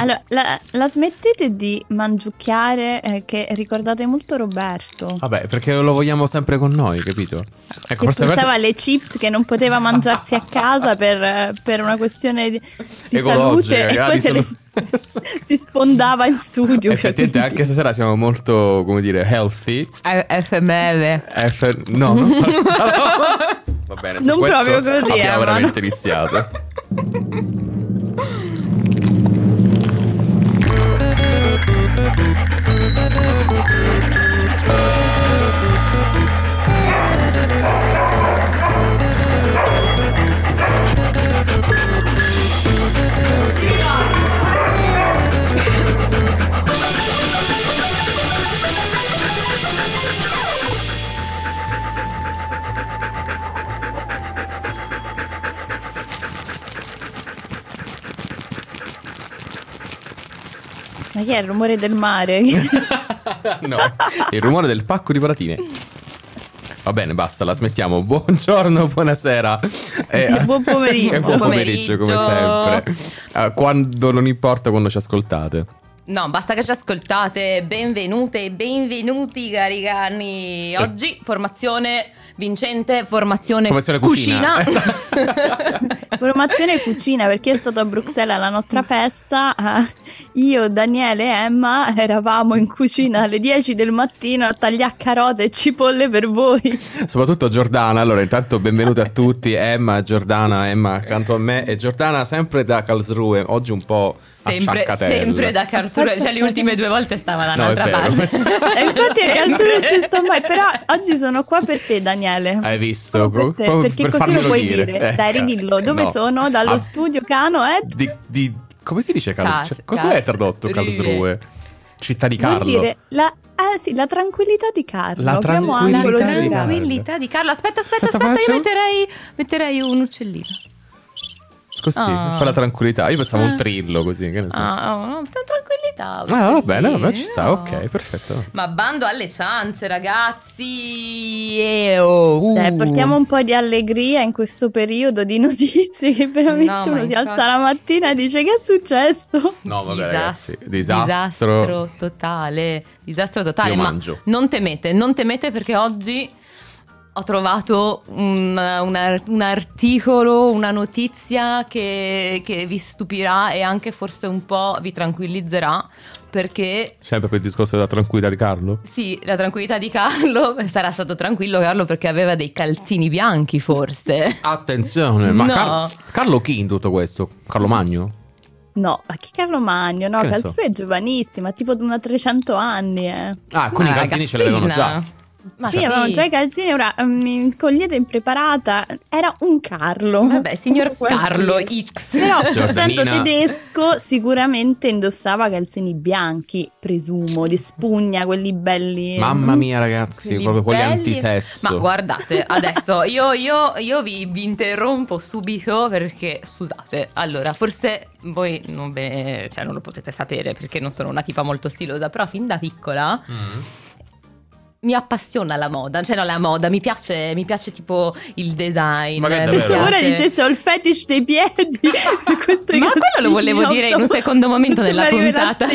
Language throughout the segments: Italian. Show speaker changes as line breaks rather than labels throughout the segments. Allora, la, la smettete di mangiucchiare eh, che ricordate molto Roberto.
Vabbè, perché lo vogliamo sempre con noi, capito? Ecco,
Che portava le chips che non poteva mangiarsi a casa per, per una questione di, di
Ecologiche,
salute e
eh, ragazzi,
poi se le
sono-
si sfondava in studio. cioè,
Effettivamente
quindi-
anche stasera siamo molto, come dire, healthy.
FML.
F- no, non far sta roba. Va bene, su
Non
questo
proprio così, eh, ma
Abbiamo veramente
no.
iniziato.
Ma che è il rumore del mare?
no, il rumore del pacco di patatine. Va bene, basta, la smettiamo. Buongiorno, buonasera.
E buon pomeriggio.
E buon
Buon
pomeriggio, come sempre.
pomeriggio.
Ah, quando non importa, quando ci ascoltate.
No, basta che ci ascoltate. Benvenute e benvenuti, cari cani. Oggi formazione vincente, formazione,
Formazione cucina.
Formazione cucina, perché è stato a Bruxelles alla nostra festa. eh, Io, Daniele e Emma eravamo in cucina alle 10 del mattino a tagliare carote e cipolle per voi.
Soprattutto Giordana. Allora, intanto benvenuti a tutti. Emma, Giordana, Emma accanto a me. E Giordana sempre da Karlsruhe, oggi un po' a
sempre,
Ciaccatella.
sempre da Karlsruhe. Cioè, le ultime due volte stava da
No, è
un'altra
vero.
parte.
E Eh, infatti a
Sempre.
Calzone non ci sto mai, però oggi sono qua per te Daniele.
Hai visto?
Sono per te,
Proprio
perché
per
così lo
farmelo
puoi
dire.
dire. Dai,
Ecco.
ridillo. Dove
No.
sono? Dallo
Ah.
studio Cano, eh?
di, di- come si dice
Car-
Carlsruhe? Come è
Cars-
tradotto
Rive.
Karlsruhe? Città di
Vuol
Carlo.
dire la, ah, sì, la tranquillità di Carlo.
La
Abbiamo
tranquillità
angolo
di
girato.
Carlo.
Tranquillità di Carlo. Aspetta, aspetta,
Aspetta,
aspetta.
faccio?
Io metterei, metterei un uccellino.
Così,
Ah.
per la tranquillità. Io pensavo un
Ah.
trillo così, che ne so. Ah,
Ah, oh, no, tranquillità.
va
uccellino.
bene, va bene, ci sta, ok, perfetto.
Ma bando alle ciance, ragazzi! Eh, oh, uh.
Dai, portiamo un po' di allegria in questo periodo di notizie che veramente
No, ma
uno si
infatti-
alza la mattina e dice che è successo?
No, vabbè,
Disast-
ragazzi, disastro.
disastro totale. Disastro totale.
Io
ma
mangio.
non temete, non temete perché oggi ho trovato un, un ar- un articolo, una notizia che, che vi stupirà e anche forse un po' vi tranquillizzerà perché
Sempre per il discorso della tranquillità di Carlo?
Sì, la tranquillità di Carlo sarà stato tranquillo Carlo perché aveva dei calzini bianchi forse.
Attenzione, ma
No.
Car- Carlo chi in tutto questo? Carlo Magno?
No, ma che Carlo Magno, no,
Che ne so?
Calzone è giovanissima, tipo di una 300 anni, eh.
Ah, quindi i calzini ce l'avevano già. Cioè,
Ma
Sì, avevamo già i calzini, ora eh, mi cogliete impreparata. Era un Carlo.
Vabbè, signor
Può essere.
Carlo X.
Però,
Giordanina.
essendo tedesco, sicuramente indossava calzini bianchi, presumo, di spugna, quelli belli.
Mamma mia, ragazzi,
Quelli
proprio quelli
belli-
antisesso.
Ma guardate, adesso io, io- io vi, vi interrompo subito perché, scusate, allora, forse voi non, ve- cioè, non lo potete sapere perché non sono una tipa molto stilosa, però fin da piccola
Mm.
mi appassiona la moda, cioè no la moda, mi piace, mi piace tipo il design.
Ma che
mi
davvero?
Se
piace-
ora dicesse ho il fetish dei piedi. per questo
Ma quello lo volevo dire in un secondo momento della puntata.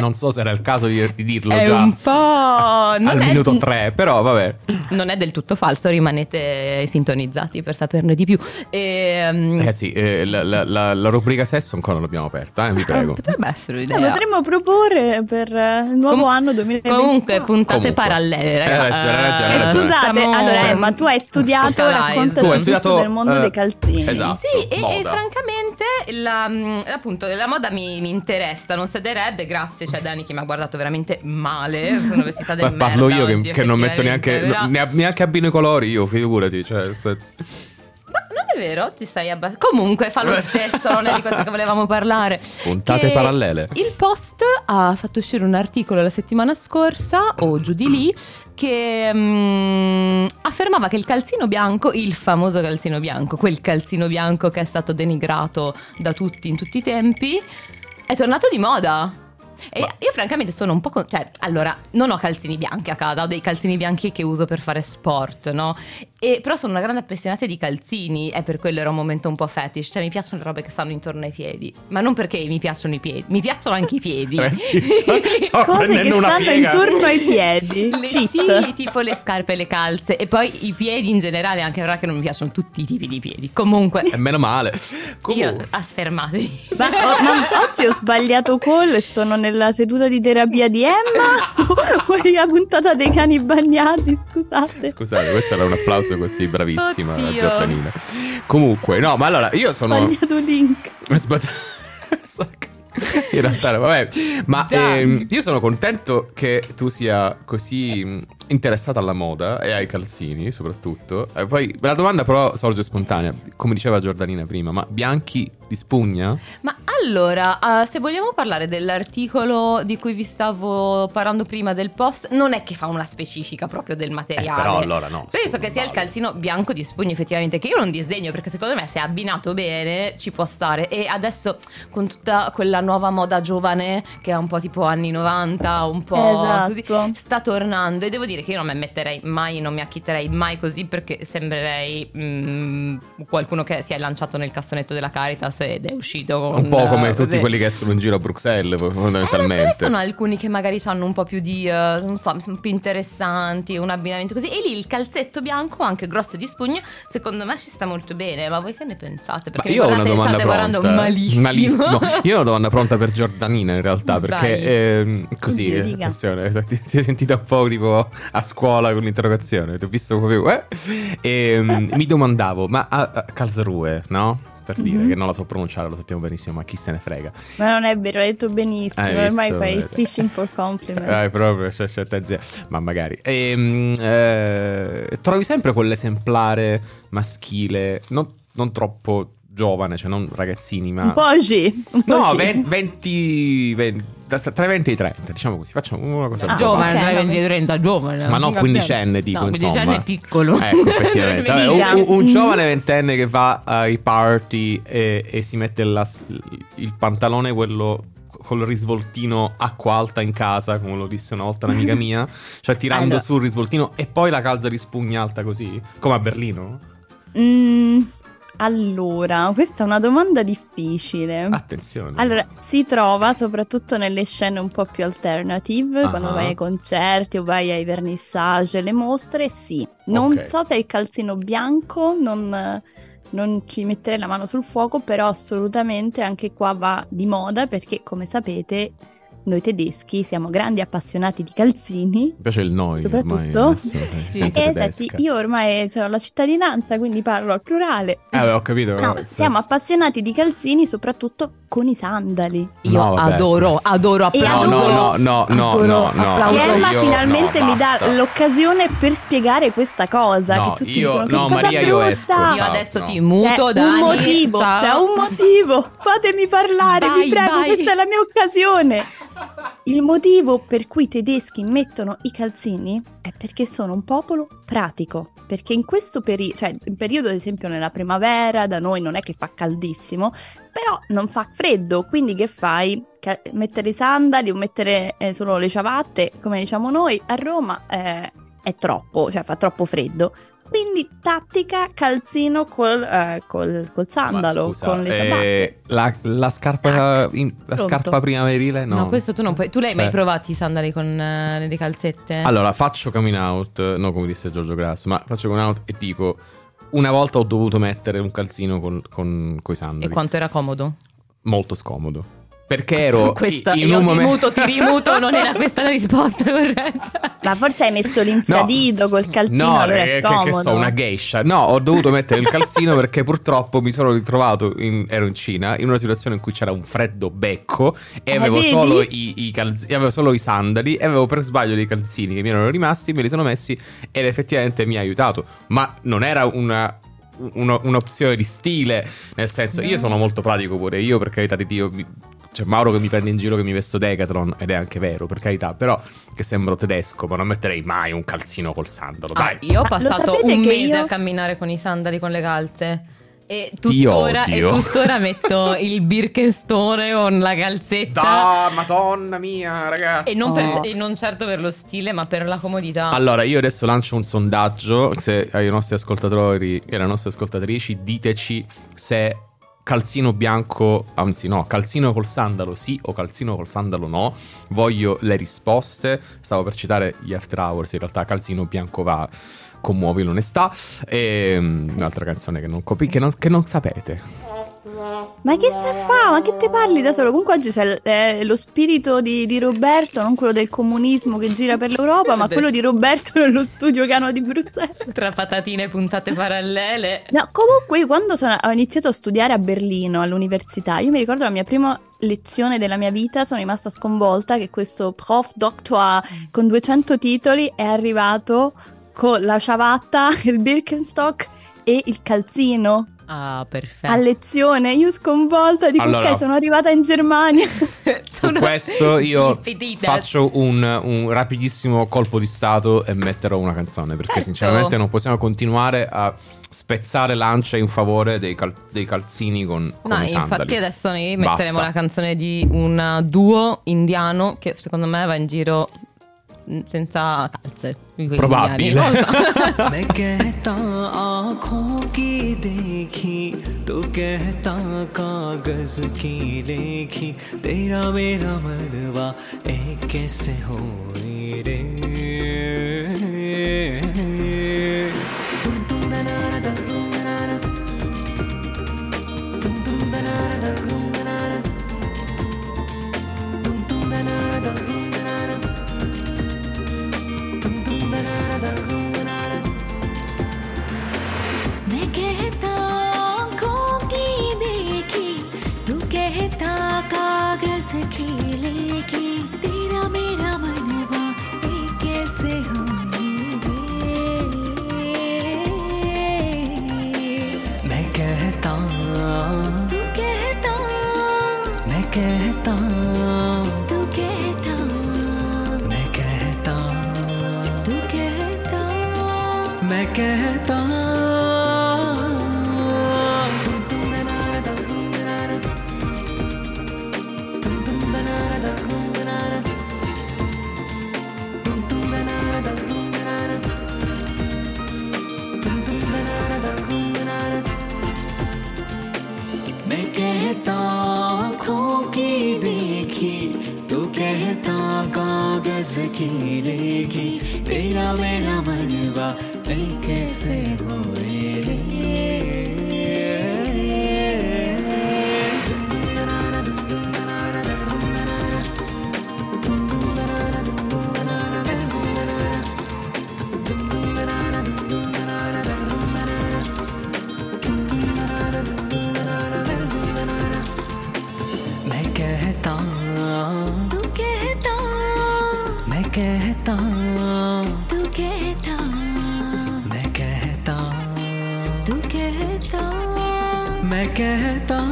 Non so se era il caso di, di dirlo
È
già
un po'... non
al
è- Mm.
minuto 3, però vabbè.
Non è del tutto falso, rimanete sintonizzati per saperne di più. Ehm,
Ragazzi, eh, la, la- la- la rubrica sesso ancora non l'abbiamo aperta, eh, vi prego.
Potrebbe essere
Lo
un'idea.
potremmo proporre per eh, il nuovo
Com-
anno 2024.
Comunque, puntate
Comunque.
parallele,
Eh,
ragazzi.
ragione, ragione,
Eh,
ragione.
Scusate,
Stiamo-
allora Emma, tu hai studiato,
Focalize.
raccontaci
Tu hai
tutto
studiato,
del mondo
eh,
dei calzini.
esatto.
Sì, e, e
moda.
francamente la, mh, appunto, la moda mi, mi interessa, non sederebbe, grazie c'è Dani che mi ha guardato veramente male, sono vestita del
Ma
merda
parlo io che,
oggi,
che non metto neanche,
effettivamente, però-
ne- neanche abbino i colori io, figurati. Cioè, nel senso-
Ma non è vero, oggi stai abbastanza... Comunque fa lo stesso, non è di questo che volevamo parlare.
Puntate
Che
parallele.
Il Post ha fatto uscire un articolo la settimana scorsa, o giù di lì, che mm, affermava che il calzino bianco, il famoso calzino bianco, quel calzino bianco che è stato denigrato da tutti in tutti i tempi, è tornato di moda. E
Ma-
io francamente sono un po'... con- Cioè, allora, non ho calzini bianchi a casa, ho dei calzini bianchi che uso per fare sport, no? E- però sono una grande appassionata di calzini, è per quello era un momento un po' fetish, cioè mi piacciono le robe che stanno intorno ai piedi, ma non perché mi piacciono i piedi, mi piacciono anche i piedi.
Eh sì, sto- sto
Cose che
prendendo una
stanno
piega.
intorno ai piedi.
Le-
Cheat.
sì, tipo le scarpe e le calze e poi i piedi in generale, anche ora che non mi piacciono tutti i tipi di piedi. Comunque,
E meno male.
io
Eh, Comunque,
affermatevi.
Ma, oh, o- ma oggi ho sbagliato call e sono nella seduta di terapia di Emma. Poi la puntata dei cani bagnati, scusate.
scusate, questo era un applauso così bravissima la
Oddio.
giordanina. Comunque, no, ma allora io
Ho
sono
sbagliato link.
Sbata- Sacco. In realtà, no, vabbè. Ma
Dai.
ehm, io sono contento che tu sia così mh, interessata alla moda e ai calzini, soprattutto. E poi la domanda, però, sorge spontanea. Come diceva Giordanina prima, ma bianchi di spugna?
Ma allora, eh, se vogliamo parlare dell'articolo di cui vi stavo parlando prima del post, non è che fa una specifica proprio del materiale.
no.
Penso che sia il calzino bianco di spugna effettivamente che io non disdegno perché secondo me se è abbinato bene ci può stare e adesso con tutta quella nuova moda giovane che è un po' tipo anni 90 un po' così
Esatto.
sta tornando e devo dire che io non mi metterei mai, non mi acchitterei mai così perché sembrerei mm, qualcuno che si è lanciato nel cassonetto della Caritas ed è uscito con eh,
Un po' come tutti
così.
quelli che escono in giro a Bruxelles,
Eh, non so,
fondamentalmente.
ne sono alcuni che magari hanno un po' più di, eh, non so, sono più interessanti, un abbinamento così. E lì il calzetto bianco, anche grosso di spugna, secondo me ci sta molto bene. Ma voi che ne pensate?
Ma
Perché
io ho una
guardate,
domanda
state
pronta. eh.
guardando malissimo.
Io ho una domanda pronta per Giordanina in realtà,
Vai.
perché ehm, così,
Oddio,
eh,
dica.
attenzione, ti, ti sei sentita un po' tipo a scuola con l'interrogazione, ti ho visto proprio... eh? E, mm, mi domandavo, ma a, a Karlsruhe, no? Per dire,
Mhm.
che non la so pronunciare, lo sappiamo benissimo, ma chi se ne frega.
Ma non è vero, hai detto benissimo.
Hai
Ormai
visto?
fai fishing for compliment.
Eh, proprio, c'è, c'è, te zia. ma magari. E, mm, eh, trovi sempre quell'esemplare maschile, non, non troppo giovane, cioè non ragazzini, ma...
Un po' così. un po'
No,
così.
ve- 20, 20 da- tra i 20 e i 30, diciamo così, facciamo una cosa
Ah,
buona.
giovane, ok, tra i vabbè. 20 e
30, giovane.
Ma non quindicenne, dico, insomma.
piccolo.
Ecco, effettivamente. Vabbè,
Dica.
un, un giovane ventenne che va ai party e, e si mette la- il pantalone, quello col risvoltino acqua alta in casa, come lo disse una volta un'amica mia, cioè tirando
Allora.
sul risvoltino e poi la calza di spugna alta così, come a Berlino.
Mm, allora, questa è una domanda difficile.
Ah, Attenzione.
Allora, si trova soprattutto nelle scene un po' più alternative,
Ah.
quando vai ai concerti o vai ai vernissage, le mostre, sì. Non
Ok.
so se il calzino bianco, non, non ci metterei la mano sul fuoco, però assolutamente anche qua va di moda perché, come sapete, noi tedeschi siamo grandi appassionati di calzini.
Mi piace il noi ormai.
Soprattutto-
adesso, eh, sempre
E
tedesca.
senti, io ormai ho la cittadinanza, quindi parlo al plurale.
Eh, vabbè, ho capito.
No,
però-
siamo appassionati di calzini soprattutto con i sandali.
Io
No, vabbè,
adoro,
questo-
adoro
E
No,
applaudire.
adoro-
no, no, no, no, no,
adoro,
no.
applaudo.
io-
Emma
no,
finalmente mi dà
basta.
l'occasione per spiegare questa cosa.
No,
che tutti
io-
dicono, "Che
no,
cosa
Maria, io
brutta!"
esco,
Io
Ciao,
adesso
no.
ti
C'è
muto,
un
Dani.
motivo,
Ciao.
c'è un motivo. Fatemi parlare,
Vai,
vi prego,
vai.
questa è la mia occasione. Il motivo per cui i tedeschi mettono i calzini è perché sono un popolo pratico. Perché in questo periodo, cioè in periodo ad esempio nella primavera, da noi non è che fa caldissimo, però non fa freddo, quindi che fai? Ca- mettere i sandali o mettere eh, solo le ciabatte, come diciamo noi, a Roma eh, è troppo, cioè fa troppo freddo. Quindi tattica calzino col, eh, col- col
Ma
sandalo,
scusa,
con le ciabatte. Ecco.
eh, la, la scarpa, in- la
Pronto.
scarpa primaverile? No.
No, questo tu non puoi. Tu l'hai
Cioè-
mai provato i sandali con eh, le calzette?
Allora, faccio coming out, eh, no come disse Giorgio Grasso, ma faccio coming out e dico... Una volta ho dovuto mettere un calzino con, con, coi
e
sandali.
quanto era comodo?
Molto scomodo. Perché ero
Questa-
Oh, in
io
un
ti
momento...
muto, ti rimuto, non era questa la risposta corretta.
Ma forse hai messo l'infradito col calzino,
No,
allora
eh,
è
che, che
scomodo.
so, una geisha. No, ho dovuto mettere il calzino perché purtroppo mi sono ritrovato, in- ero in Cina, in una situazione in cui c'era un freddo becco e
Ah,
avevo,
vedi?
solo i, i calz- avevo solo i sandali e avevo per sbaglio dei calzini che mi erano rimasti, me li sono messi ed effettivamente mi ha aiutato. Ma non era una... uno- un'opzione di stile, nel senso, io sono molto pratico pure io, per carità di Dio, mi- c'è Mauro che mi prende in giro che mi vesto Decathlon ed è anche vero, per carità, però che sembro tedesco, ma non metterei mai un calzino col sandalo,
Ah,
dai.
io
Ma
ho
lo
passato
sapete
un
che
mese
io-
a camminare con i sandali con le calze. E
Ti
tuttora, e
odio.
tuttora metto il Birkenstone con la calzetta.
Da, madonna mia, ragazzi.
E non, per-
Oh.
e non certo per lo stile, ma per la comodità.
Allora, io adesso lancio un sondaggio se ai nostri ascoltatori e alle nostre ascoltatrici diteci se calzino bianco, anzi no, calzino col sandalo sì o calzino col sandalo no. Voglio le risposte. Stavo per citare gli After Hours, in realtà calzino bianco va commuovi l'onestà e mm, un'altra canzone che non, copi- che non- che non sapete.
Ma che sta a fa? Ma che te parli da solo? Comunque oggi c'è eh, lo spirito di, di Roberto, non quello del comunismo che gira per l'Europa, ma
Vabbè.
quello di Roberto nello studio cano di Bruxelles.
Tra patatine e puntate parallele.
No, comunque io quando sono- ho iniziato a studiare a Berlino all'università, io mi ricordo la mia prima lezione della mia vita, sono rimasta sconvolta che questo prof doctor con 200 titoli è arrivato con la ciabatta, il Birkenstock e il calzino
Ah, perfetto.
a lezione. Io sconvolta dico
Allora-
ok, sono arrivata in Germania.
Su questo io faccio un, un rapidissimo colpo di stato e metterò una canzone perché
Certo.
sinceramente non possiamo continuare a spezzare lance in favore dei, cal- dei calzini con, con
No,
i
infatti
sandali.
adesso noi
Basta.
metteremo la canzone di un duo indiano che secondo me va in giro mh, senza calze. quindi quegli
Probabile.
indiani. Non lo so.
मैं कहता आंखों की देखी तो कहता कागज की लेखी तेरा मेरा मनवा एक कैसे हो रे तुम तुम ना ना ना तुम तुम ना ना तुम तुम ना ना ना तुम तुम ना ना तुम तुम ना ना ना तुम तुम ना ना तुम तुम ना ना ना तुम तुम ना ना
मैं कहता आंखों की देखी तू कहता कागज की लेखी तेरा मेरा मनवा एक कैसे होंगे
मैं कहता
तू कहता
मैं कहता
तू कहता
मैं कहता
तू कहता
मैं कहता मैं कहता आँखों की देखी तू कहता कागज की लेखी तेरा मेरा मनवा मैं कैसे हो मैं कहता
तू कहता
मैं कहता
तू कहता
मैं कहता
तू कहता
मैं कहता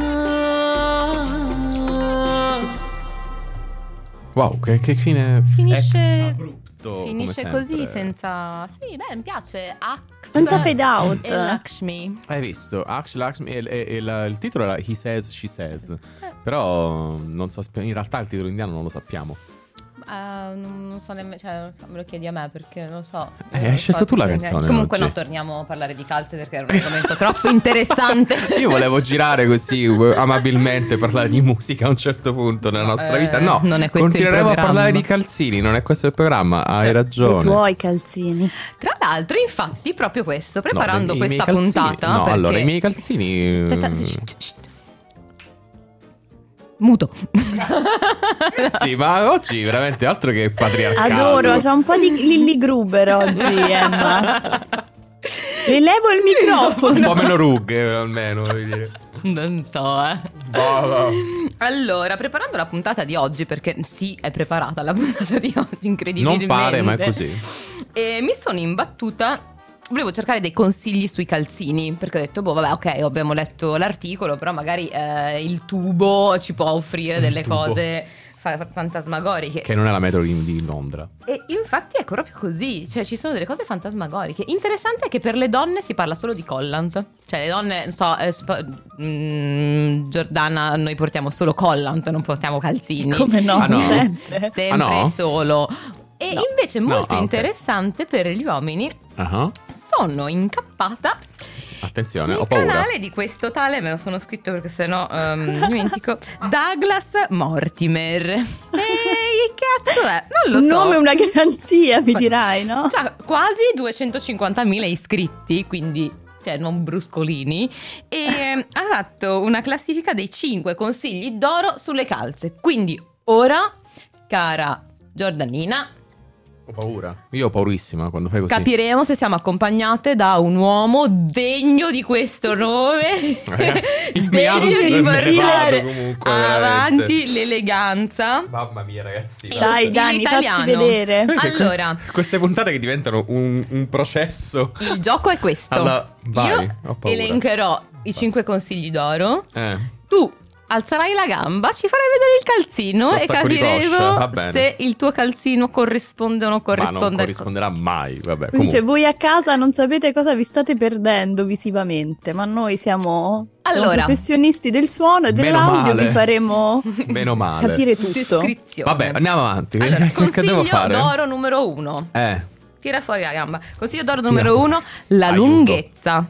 Wow, che, che fine
Finisce-
ex abrupto, come
Finisce
sempre.
così senza... Sì, beh, mi piace. Ax
Senza fade out.
e Lakshmi.
Hai visto? Akshay Lakshmi e- e- e la- il titolo era He Says, She Says. Però non so, sp- in realtà il titolo indiano non lo sappiamo.
Eh, non non so nemmeno, cioè, me lo chiedi a me perché non lo so.
Eh,
Non
hai
so
scelto tu la
perché.
canzone
Comunque,
oggi.
no, torniamo a parlare di calze perché era un argomento troppo interessante.
Io volevo girare così eh, amabilmente, parlare di musica a un certo punto nella nostra
eh,
vita. No,
non è questo il
continueremo a
programma. Cioè,
parlare di calzini, non è questo il programma. Hai
Sì,
I
ragione.
tuoi calzini.
Tra l'altro, infatti, proprio questo, preparando
No, i miei
questa
calzini-
puntata.
No,
perché-
allora, i miei calzini.
Aspetta,
eh,
shh, shh. Muto.
Sì, ma oggi veramente altro che patriarcato.
Adoro, c'è un po' di Lilly Gruber oggi, Emma. Rilevo il
Un
microfono.
po' meno rughe, almeno. voglio dire.
Non so, eh.
Boh, boh.
Allora, preparando la puntata di oggi, perché sì, è preparata la puntata di oggi, incredibilmente.
Non pare, ma è così.
E mi sono imbattuta. Volevo cercare dei consigli sui calzini, perché ho detto, boh, vabbè, ok, abbiamo letto l'articolo, però magari eh, il tubo ci può offrire
Il
delle
tubo.
cose fa- fantasmagoriche.
Che non è la metro di di Londra.
E infatti è proprio così, cioè ci sono delle cose fantasmagoriche. Interessante è che per le donne si parla solo di collant. Cioè, le donne, non so, eh, sp- mm, Giordana, noi portiamo solo collant, non portiamo calzini.
Come no,
Ah, no?
sempre.
Sempre
Ah, no?
solo. E
No.
invece
No,
molto
ah, ok.
interessante per gli uomini,
Ah,
sono incappata
Attenzione,
nel
Eh, ho paura.
canale di questo tale, me lo sono scritto perché sennò ehm, dimentico, Douglas Mortimer. Ehi, che cazzo è? Non lo so.
Nome una garanzia, mi
Ma-
dirai, no?
Cioè, quasi 250.000 iscritti, quindi cioè, non bruscolini. E ehm, ha fatto una classifica dei 5 consigli d'oro sulle calze. Quindi ora, cara Giordanina,
Ho paura. Io ho paurissima quando fai così.
capiremo se siamo accompagnate da un uomo degno di questo nome.
Ragazzi, mi
degno
alzo e me
di
ne
portare
vado comunque,
avanti
veramente.
l'eleganza.
Mamma mia, ragazzi.
Dai,
Dai,
stile
Gianni, facci
italiano.
Eh,
vedere.
Allora,
Queste puntate che diventano un, un processo.
il gioco è questo.
Alla- vai, ho
Io
paura.
elencherò
Vai.
i 5 consigli d'oro.
Eh.
Tu alzerai la gamba, ci farai vedere il calzino
Lo
e
stacco di coscia, va
capiremo
bene.
se il tuo calzino corrisponde o non
Ma
corrisponde.
non
al
corrisponderà mai. Vabbè,
Dice,
comunque.
voi a casa non sapete cosa vi state perdendo visivamente, ma noi siamo siamo
Allora.
professionisti del suono e
Meno
dell'audio,
male.
vi faremo
Meno male.
capire tutto.
Descrizione.
Vabbè, andiamo avanti. che,
Allora,
che devo
consiglio
fare?
d'oro numero uno.
Eh.
Tira fuori la gamba. Consiglio d'oro
Tira
numero
fuori.
uno, la
Aiuto. Eh.
lunghezza.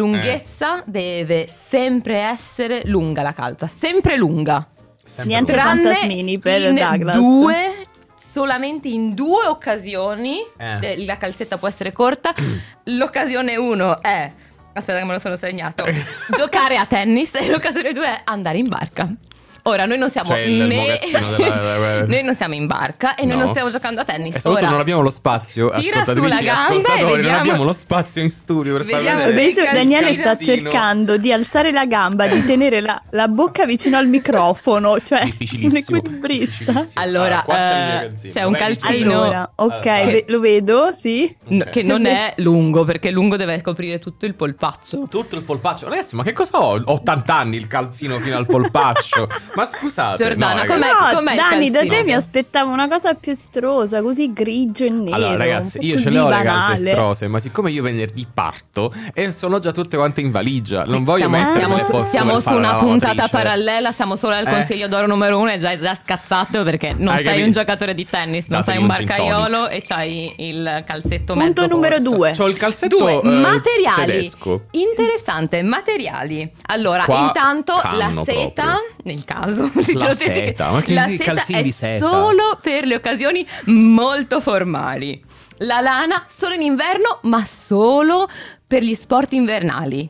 Lunghezza deve sempre essere lunga la calza, sempre lunga.
sempre
Niente
lui.
Tranne
fantasmini per
in
Douglas.
due, solamente in due occasioni
Eh.
eh, la calzetta può essere corta. L'occasione uno è, aspetta che me lo sono segnato, giocare a tennis e l'occasione due è andare in barca. Ora, noi non siamo
Cioè, il
né-
mocassino della-
noi non siamo in barca e noi
No.
non stiamo giocando a tennis.
E soprattutto
Ora,
non abbiamo lo spazio,
tira
ascoltatrici,
sulla gamba e
ascoltatori, non
vediamo-
abbiamo lo spazio in studio per far
Vediamo
vedere.
se
Adesso
Calzino.
Daniele sta
Calzino.
cercando di alzare la gamba, di tenere la, la bocca vicino al microfono, cioè un
difficilissimo.
equilibrista.
difficilissimo.
eh, Allora,
qua c'è, il mio
eh,
calzino.
c'è un
Lei mi
calzino.
chiede-
Allora, ok,
Allora,
ve- lo vedo, sì.
n-
Ok.
Che non è lungo perché lungo deve coprire tutto il polpaccio.
tutto il polpaccio. Ragazzi, ma che cosa ho? 80 anni il calzino fino al polpaccio. ma scusate,
Giordana,
no,
com'è-
Ah, ragazzi.
Però,
com'è il
Dani, da te
calzino?
mi aspettavo una cosa più strosa, così grigio e nero.
Allora,
un
ragazzi,
po'
io ce
così
le ho le
banale.
calze strose, ma siccome io venerdì parto e sono già tutte quante in valigia, non voglio
Stiamo-
mettere
siamo
nelle
su,
poste
siamo
per
su
fare la
una
lavatrice.
puntata parallela, siamo solo al
Eh.
consiglio d'oro numero uno e già, già scazzato perché non
Hai
sei
capito?
un giocatore di tennis, non
Dategli
sei un
un gin tonic.
barcaiolo e c'hai il calzetto
Punto
mezzo
numero
corto.
due.
C'ho il calzetto
Due,
eh,
materiali.
tedesco.
Interessante, materiali. Allora,
Qua
intanto la
canno
seta,
proprio.
nel caso, te
La
lo sei-
seta, ma che
la
sì,
seta
calzini
è
di seta.
solo per le occasioni molto formali. La lana solo in inverno, ma solo per gli sport invernali.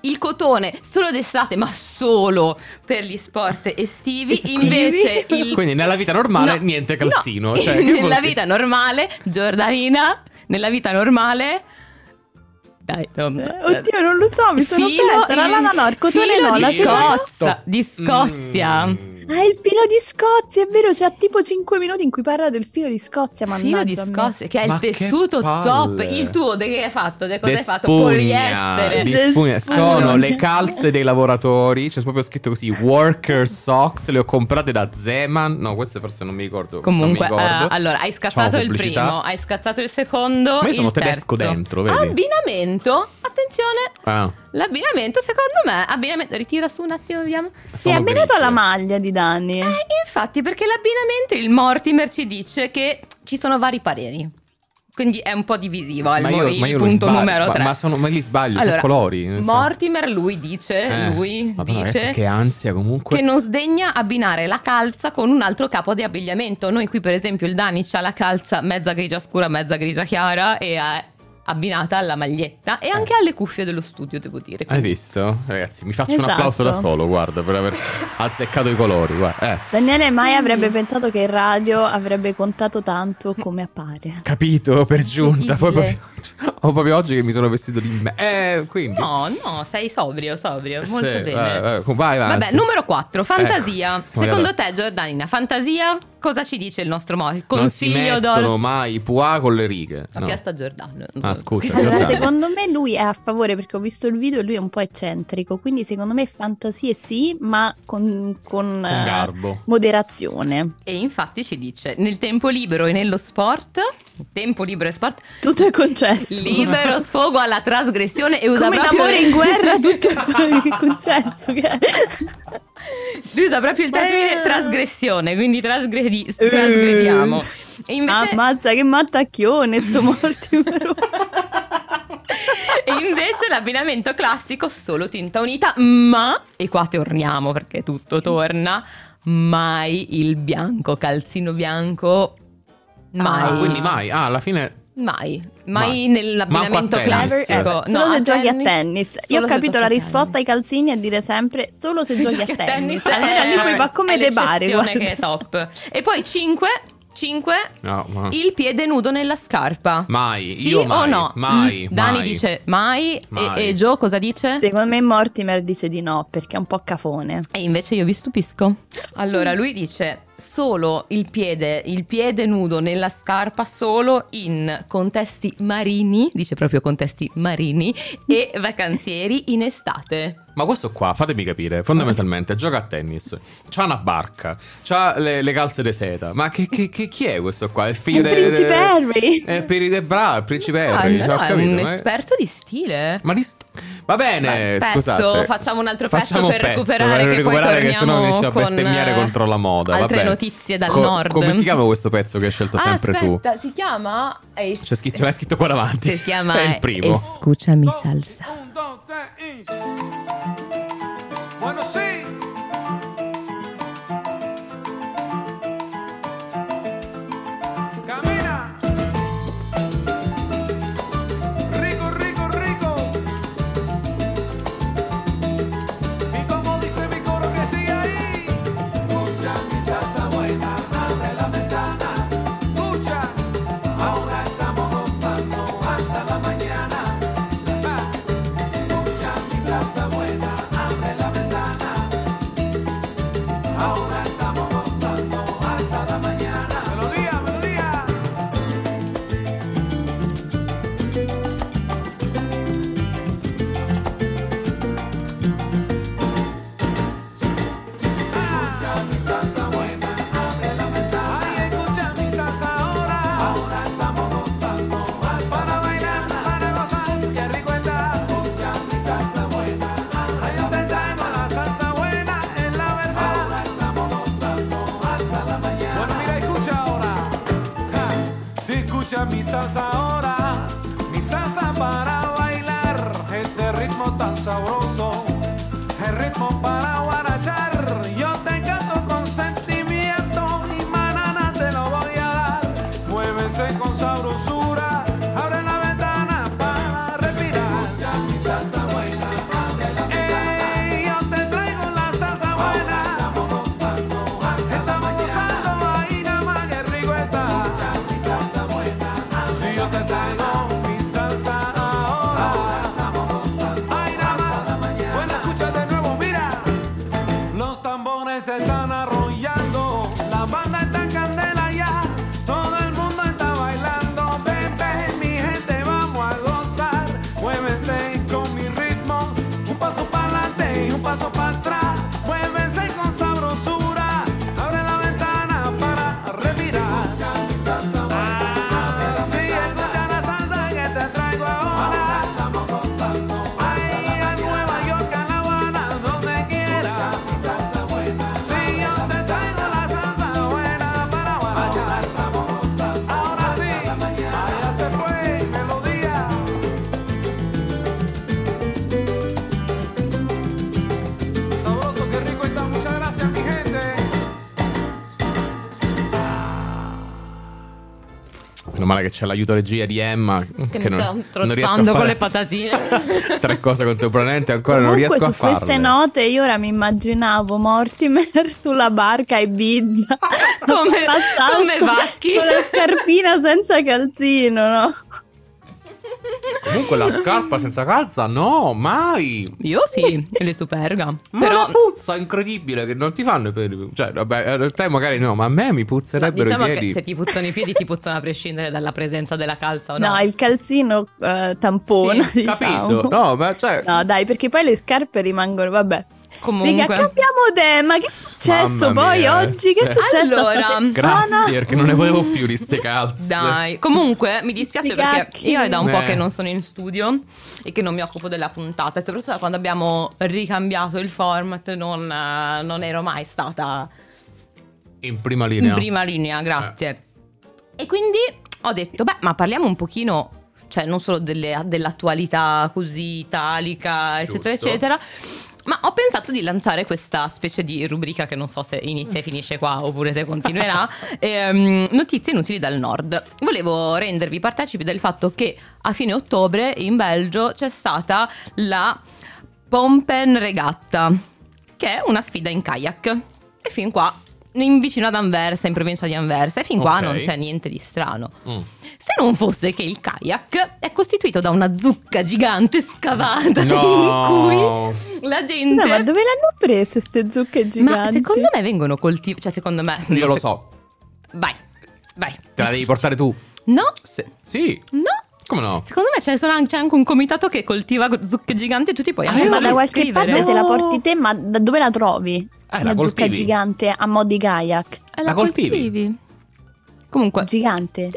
Il cotone solo d'estate, ma solo per gli sport estivi.
Estivi?
Invece il
Quindi nella vita normale
No,
niente calzino,
no.
cioè, che vuol
nella
dire?
vita normale, Giordanina, nella vita normale Dai, um,
Eh, Oddio, non lo so, mi sono
filo
persa. La
in-
lana no, il cotone
filo
no,
di
la
Io
seta.
Scozia. Di Scozia.
Mm.
Ah, il filo di Scozia, è vero, c'è tipo 5 minuti in cui parla del filo di Scozia, mannaggia
filo di
a me.
Scozia, che è
Ma
il
che
tessuto top,
palle.
il tuo de che hai fatto, de Cioè, cosa
De
hai fatto,
spugna,
poliestere.
di
De
spugna. sono
spugna.
le calze dei lavoratori. C'è proprio scritto così: Worker Socks. Le ho comprate da Zeman. No, queste forse non mi ricordo.
Comunque,
non mi ricordo.
eh, allora, hai scazzato
Facciamo
il
pubblicità.
primo, hai scazzato il secondo.
Ma io sono
il
tedesco
terzo.
dentro, vedi?
Abbinamento, attenzione,
Ah,
l'abbinamento secondo me, abbinamento, ritira su un attimo, vediamo.
Sì, è
sono
abbinato
grigie.
alla maglia di Dani.
Eh, infatti, perché l'abbinamento, il Mortimer ci dice che ci sono vari pareri. Quindi è un po' divisivo al
Ma io,
il
ma io non
punto
sbaglio,
numero
ma-
3.
Ma, sono, ma li sbaglio, sono colori. nel senso.
Mortimer lui dice,
Eh,
lui
Madonna,
dice
ragazzi, che ansia comunque.
che non sdegna abbinare la calza con un altro capo di abbigliamento. Noi qui per esempio il Dani c'ha la calza mezza grigia scura, mezza grigia chiara e è abbinata alla maglietta e
Eh.
anche alle cuffie dello studio, devo dire.
Hai visto? Ragazzi, mi faccio un
Esatto.
applauso da solo, guarda, per aver azzeccato i colori. Guarda. Eh,
Daniele mai avrebbe pensato che il radio avrebbe contato tanto come appare.
capito, per giunta. Poi
Incredibile.
proprio, ho proprio oggi che mi sono vestito di me. Eh, quindi.
No, no, sei sobrio, sobrio, molto
Sì,
bene.
eh, eh, vai avanti.
Vabbè, numero 4, fantasia.
Ecco, siamo
Secondo
arrivati.
te, Giordanina, fantasia cosa ci dice il nostro Mori?
non si
Consiglio
mettono
d'oro.
mai i poa con le righe.
Ho
No.
chiesto a Giordano.
Ah, scusa,
Allora,
Giordano.
secondo me lui è a favore perché ho visto il video e lui è un po' eccentrico, quindi secondo me fantasie sì, ma con, con,
Con
eh,
garbo.
moderazione.
E infatti ci dice, nel tempo libero e nello sport tempo libero e sport,
Tutto è concesso.
libero sfogo alla trasgressione e usa
Come
proprio
l'amore in guerra, tutto è concesso. che-
Lui usa proprio il
Ma
termine
che-
trasgressione, quindi trasgredi- trasgrediamo. E invece,
Ammazza, che mattacchione, sto mortimer.
e invece l'abbinamento classico solo tinta unita, ma, e qua torniamo perché tutto torna, mai il bianco, calzino bianco, mai.
Ah, quindi mai. Ah, alla fine.
Mai,
Mai.
mai
Manco
nell'abbinamento
a tennis.
classico. ecco, No,
solo
a
se giochi a
tennis.
tennis.
Solo
Io ho
se
capito
giochi
la
a
risposta
tennis.
ai calzini è dire sempre solo se giochi a tennis. Allora
eh,
lì poi va come
è
dei bari.
l'eccezione
guarda.
che è top. E poi 5 5
No, ma-
il piede nudo nella scarpa.
Mai,
Sì
io
o
mai,
no?
mai,
Mm, Dani
mai.
dice mai, e-
Mai.
E, Joe cosa dice?
Secondo me Mortimer dice di no perché è un po' cafone.
E invece io vi stupisco. Allora, lui dice solo il piede, il piede nudo nella scarpa solo in contesti marini, dice proprio contesti marini, e vacanzieri in estate.
Ma questo qua, fatemi capire, fondamentalmente gioca a tennis, c'ha una barca, c'ha le, le calze di seta. Ma che, che- che- chi è questo qua? Il figlio
È il
de-
principe
de-
Harry.
È per i de Bra, il principe
Ah,
Harry.
no,
cioè, ho
è
capito,
un
ma-
esperto di stile.
Ma di st- Va bene,
Beh, pezzo,
scusate.
facciamo un altro pezzo
Facciamo un
per
pezzo,
recuperare,
per
che poi
recuperare che sennò
torniamo
inizio a
con,
bestemmiare
eh,
contro la moda.
altre
vabbè.
notizie dal nord.
Come si chiama questo pezzo che hai scelto
Ah,
sempre tu?
aspetta, si chiama Es-
C'è scritto, l'hai scritto qua davanti.
si chiama
È il primo.
Escúchami salsa.
Un, dos, tres, y- Bueno, sí. Camina. Rico, rico, rico. Y como dice mi coro que sigue ahí. Escucha mi salsa buena, abre la ventana. Escucha. Ahora estamos gozando hasta la mañana. Ah. Escucha mi salsa buena, abre la ventana. Ahora estamos gozando hasta la mañana. Melodía, melodía. Ay, escucha mi salsa ahora. Ahora estamos gozando. Para bailar, para gozar, qué rico está. Escucha mi salsa buena. Ay, yo te traigo la salsa buena, es la verdad. Ahora estamos gozando hasta la mañana. Bueno, mira, escucha ahora. Ja. Si escucha mi salsa ahora, mi salsa para bailar. Este ritmo tan sabroso, el ritmo para guarachar. Yo te canto con sentimiento y manana te lo voy a dar. Muévese con sabrosura, abre la ventana para respirar. Ey, yo te traigo la salsa buena. Estamos gozando ahí nada más que rico está. Si yo te traigo mi salsa ahora. Ay, nada más. Bueno, escucha de nuevo, mira. Los tambores se están arrollando, la banda está en candela ya, todo el mundo está bailando, ven, ven, mi gente, vamos a gozar, muévense con mi ritmo, un paso para adelante y un paso para atrás, muévense con sabrosura, abre la ventana para respirar. Ah, sí, escucha la salsa que te este traigo ahora. Ay, a Nueva York, a La Habana, donde quiera. Si yo te traigo la salsa buena para bailar. Ahora sí, allá se fue, melodía. Sabroso, qué rico está. Muchas gracias, mi gente.
Meno male che c'è l'aiuto regia di Emma. Che,
mi sta strozzando
riesco a fare
con le patatine.
Tre cose contemporaneamente, ancora non
Comunque,
riesco a
su
farle.
queste note io ora mi immaginavo Mortimer sulla barca a Ibiza
Come-
Passato
come Vacchi.
con la scarpina senza calzino no?
Comunque la scarpa senza calza, no, mai.
Io sì, le superga.
Ma
Però
la puzza incredibile che non ti fanno i piedi. Cioè, vabbè, a te magari no, ma a me mi
Ma
puzzerebbero
diciamo
i
che
piedi.
se ti puzzano i piedi ti puzzano a prescindere dalla presenza della calza o no.
No, il calzino eh, tampone
Sì,
diciamo
Oh, Capito? No, ma cioè,
No, dai, perché poi le scarpe rimangono, vabbè. Raga,
Comunque.
cambiamo tema. Che è successo
Mamma
poi
mia, eh,
oggi? Che è
sì.
successo?
Allora,
Grazie,
Ah, no.
perché non ne volevo più di ste calze.
Dai, comunque mi dispiace
Sti
perché
cacchi.
io è da un po'
Eh.
che non sono in studio e che non mi occupo della puntata, e soprattutto da quando abbiamo ricambiato il format non, eh, non ero mai stata
In prima
in
linea. Eh.
prima linea, grazie. E quindi ho detto, beh, ma parliamo un pochino, cioè non solo delle- dell'attualità così italica, eccetera,
Giusto.
eccetera. Ma ho pensato di lanciare questa specie di rubrica che non so se inizia e finisce qua oppure se continuerà. ehm, notizie inutili dal nord. Volevo rendervi partecipi del fatto che a fine ottobre in Belgio c'è stata la Pompen Regatta, che è una sfida in kayak. E fin qua, in vicino ad Anversa, in provincia di Anversa, e fin qua
Ok.
non c'è niente di strano.
Mm.
Se non fosse che il kayak è costituito da una zucca gigante
No.
scavata in cui la gente...
No, ma dove l'hanno prese queste zucche giganti?
Ma secondo me vengono coltivate, cioè secondo me...
Io lo so,
Vai, vai.
te la devi portare tu.
No,
Se- Sì,
no.
come no?
Secondo me ce ne sono an- c'è anche un comitato che coltiva zucche giganti e tu ti puoi
Ah,
anche
Eh, ma
solo
da qualche
iscrivere.
parte te la
No.
porti te, ma da dove la trovi?
Eh,
una
la
zucca
coltivi.
gigante a mo' di kayak.
Eh,
La coltivi? Eh.
Comunque,
Gigante.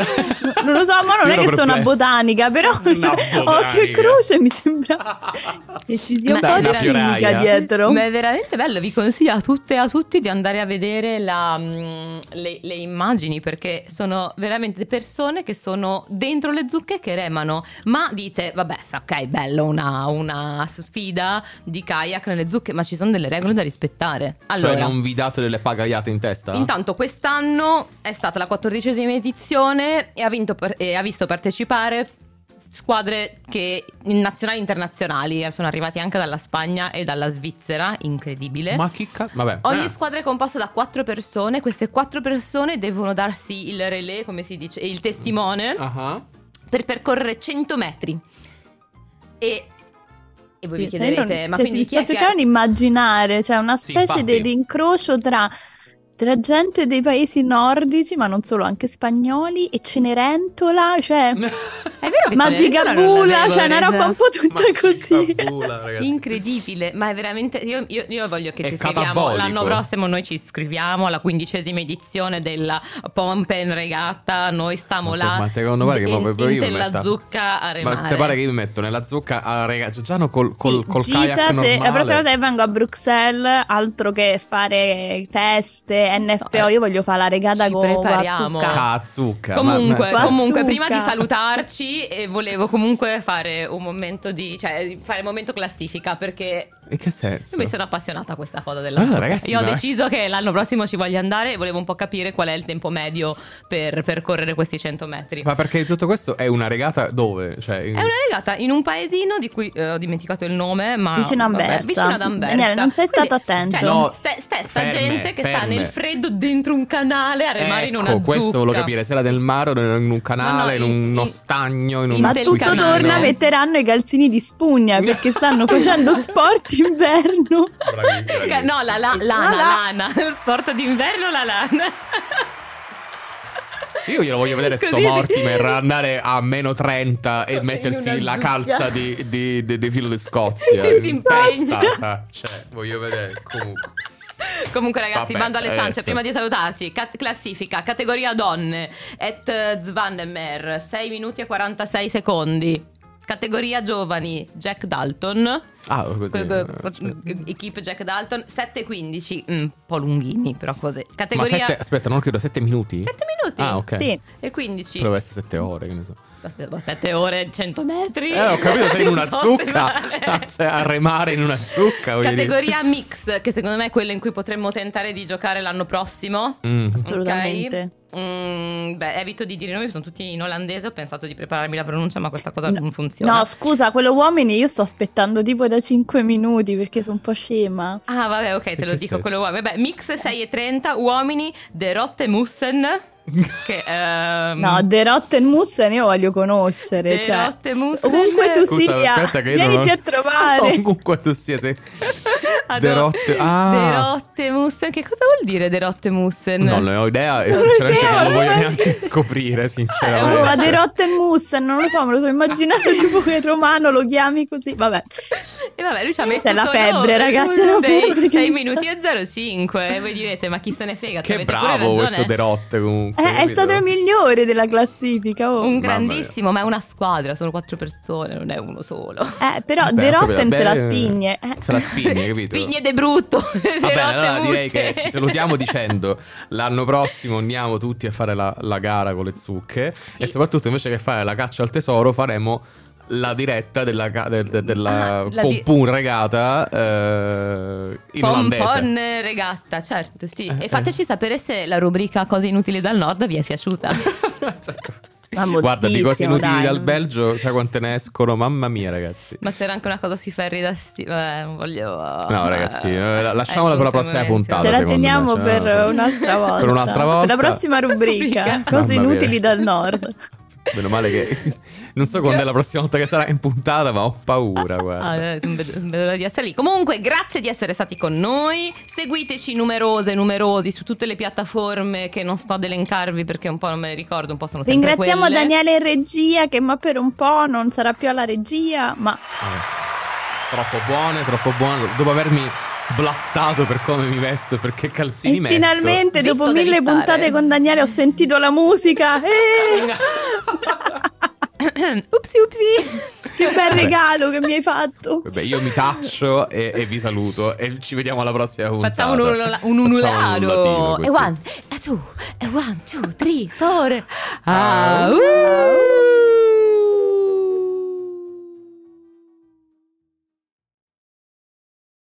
non lo so, ma non è
Io ero
che sono una
perplesso.
botanica, però
Una
occhio e
botanica.
croce mi sembra decisione un
Ma è
po'
una
di chimica
fioraia.
dietro.
Ma è veramente bello, vi consiglio a tutte e a tutti di andare a vedere la, mm, le, le immagini perché sono veramente persone che sono dentro le zucche che remano. Ma dite, vabbè, ok, bello una, una sfida di kayak nelle zucche, ma ci sono delle regole da rispettare. Allora,
Cioè, non vi date delle pagaiate in testa?
Intanto quest'anno è stata la quattordicesima edizione e ha, vinto per- e ha visto partecipare squadre che, nazionali e internazionali eh, sono arrivati anche dalla Spagna e dalla Svizzera, incredibile.
Ma chi cazzo? Vabbè.
Ogni
eh.
squadra è composta da quattro persone, queste quattro persone devono darsi il relè, come si dice, il testimone
Ah.
per percorrere 100 metri. E, e voi vi
Cioè, io non-
chiederete, ma
cioè,
quindi
sto
chi è che-
cercando di immaginare, cioè una
Sì,
specie
infatti.
di, di incrocio tra, tra gente dei paesi nordici, ma non solo, anche spagnoli, e Cenerentola, cioè
È vero che Cenerentola non
Magicabula,
l'avevo
cioè una
resa.
roba un po' tutta così.
Incredibile, ma è veramente. Io, io- io voglio che
È
ci iscriviamo.
catabolico.
L'anno prossimo noi ci iscriviamo alla quindicesima edizione della Pompen Regatta. Noi stiamo là.
Ma secondo me che
in-
proprio
in
io mi
tella
metta-
zucca a remare.
Ma te pare che io mi metto nella zucca a rega cioè, Già no, col, col,
Sì,
col
gita,
kayak
se
normale.
la prossima volta che vengo a Bruxelles, altro che fare feste, NFO,
No, eh,
io voglio fare la regata
ci
con
prepariamo.
Bazzucca.
Cazzucca. ma- cioè,
Comunque,
ma-
Bazzucca.
comunque, prima di salutarci, eh, volevo comunque fare un momento di. cioè, fare un momento classifica perché.
in che senso?
Io mi sono appassionata a questa cosa della
Ah,
zucca.
ragazzi,
Io ho
ma-
deciso che l'anno prossimo ci voglio andare e volevo un po' capire qual è il tempo medio per percorrere questi 100 metri.
Ma perché tutto questo è una regata dove? Cioè, in-
È una regata in un paesino di cui eh, ho dimenticato il nome, ma
Vicino a
vabbè,
Anversa.
vicino ad Anversa.
Daniele, non sei
Quindi,
stato attento.
Cioè,
No,
sta, sta- sta
ferme,
gente che sta
ferme.
nel freddo dentro un canale a remare in una
Ecco, questo
zucca.
volevo capire, se era del mare o in un canale,
No, no,
in,
in-
uno
in-
stagno, in
in
un
Ma
del
tutto
canale.
torna, metteranno i calzini di spugna perché stanno facendo sport inverno.
Bravi, bravissimi.
No, la, la- lana,
La-
lana, sport d'inverno la lana.
Io glielo voglio vedere sto
Così si-
Mortimer andare a meno 30 e
In
mettersi
una
la
zucca.
calza di, di, di- di filo di Scozia. in
Si impegna.
testa. Cioè, voglio vedere comunque.
Comunque ragazzi,
Vabbè,
bando alle ciance,
adesso.
prima di salutarci, cat- classifica, categoria donne, et Zvandemer, 6 minuti e 46 secondi, categoria giovani, Jack Dalton,
Ah, così.
Que- que- Equipe Jack Dalton 7-15 mm, un po' lunghini però così
Ma
categoria
sette,
7
aspetta, non credo, 7 minuti?
minuti
Ah, ok.
Sì.
e 15
Doveva essere 7 ore, che ne so.
7 ore e 100 metri
Eh, ho capito, sei in una
So male.
zucca. Cioè, a remare in una zucca, voglio dire.
categoria mix che secondo me è quella in cui potremmo tentare di giocare l'anno prossimo
Mm.
Assolutamente.
Ok? Mm, beh evito di dire i nomi sono tutti in olandese ho pensato di prepararmi la pronuncia ma questa cosa non funziona
No, scusa, quello uomini io sto aspettando tipo da 5 minuti perché sono un po' scema.
Ah, vabbè, ok, te lo
che
dico
senso?
quello uomo. Vabbè, mix 6 e 30, uomini, The Rotte Mussen. Che, ehm,
No, The Rotten Mussen io voglio conoscere.
The
cioè,
Rotten Mussen.
ovunque tu
Scusa,
sia,
aspetta che io
vienici
non... Oh,
a trovare.
Comunque tu sia, se,
Adoro.
Derotte- ah.
Derottemus. Che cosa vuol dire Derottemus?
Non ne ho idea e
Non lo
sinceramente
so,
non lo
non
voglio
lo so.
neanche scoprire, sinceramente.
Oh, ma Derotte e Mousse, non lo so, me lo sono immaginato tipo che il romano lo chiami così. Vabbè, Eh,
E vabbè, lui ci ha messo
C'è la
solo
febbre, ragazzi, la febbre
6,
che mi fa.
minuti e 05 e voi direte "Ma chi se ne frega?"
Che
avete pure
bravo questo
ragione.
Derotte comunque.
Eh, è, è
capito?
stato il migliore della classifica. oh.
un
Mamma mia.
grandissimo, ma è una squadra, sono quattro persone, non è uno solo.
Eh, però
Beh,
De
ho capito,
Rotten se
beh,
la spigne. eh.
Se la spigne, capito?
Spigne de brutto.
Va bene, allora
Derottemus.
direi che ci salutiamo dicendo l'anno prossimo andiamo tutti a fare la, la gara con le zucche
Sì.
e soprattutto invece che fare la caccia al tesoro faremo la diretta della, ga- de- de- della
Ah, la di-
pompun regata eh, in olandese.
Pompon regatta, certo, sì.
Eh,
E fateci sapere se la rubrica Cose inutili dal nord vi è piaciuta.
Ma
Guarda, di cose
moltissimo,
inutili
dai.
dal Belgio, sai quante ne escono? Mamma mia, ragazzi.
Ma c'era anche una cosa sui ferri da stile. non voglio.
No, ragazzi, eh, la- lasciamola per la prossima puntata.
Ce la
secondo me,
teniamo
cioè,
per
no,
un'altra volta.
Per un'altra volta.
Per la prossima rubrica.
Rubrica.
cose
Mamma mia.
inutili dal nord.
Meno male che. Non so quando è la prossima volta che sarà in puntata, ma ho paura.
Ah,
Guarda.
eh, non vedo non vedo l'ora di essere lì. Comunque, grazie di essere stati con noi. Seguiteci numerose, numerosi su tutte le piattaforme che non sto ad elencarvi perché un po' non me le ricordo, un po' sono sempre
Ringraziamo
quelle.
Daniele in regia che ma per un po' non sarà più alla regia, ma
Eh, Troppo buone, troppo buone. Dopo avermi blastato per come mi vesto e per che
e
calzini metto.
finalmente
Zitto,
dopo
devi
mille
stare.
puntate con Daniele ho sentito la musica. Eh,
upsi, upsi.
che bel regalo che mi hai fatto.
Vabbè, io mi taccio e, e vi saluto. E ci vediamo alla prossima puntata.
Facciamo un, ulula- un
Facciamo un
ululato.
ululatino,
E
così.
one, e two, e one, two, three, four. Ah,
Ah,
uh.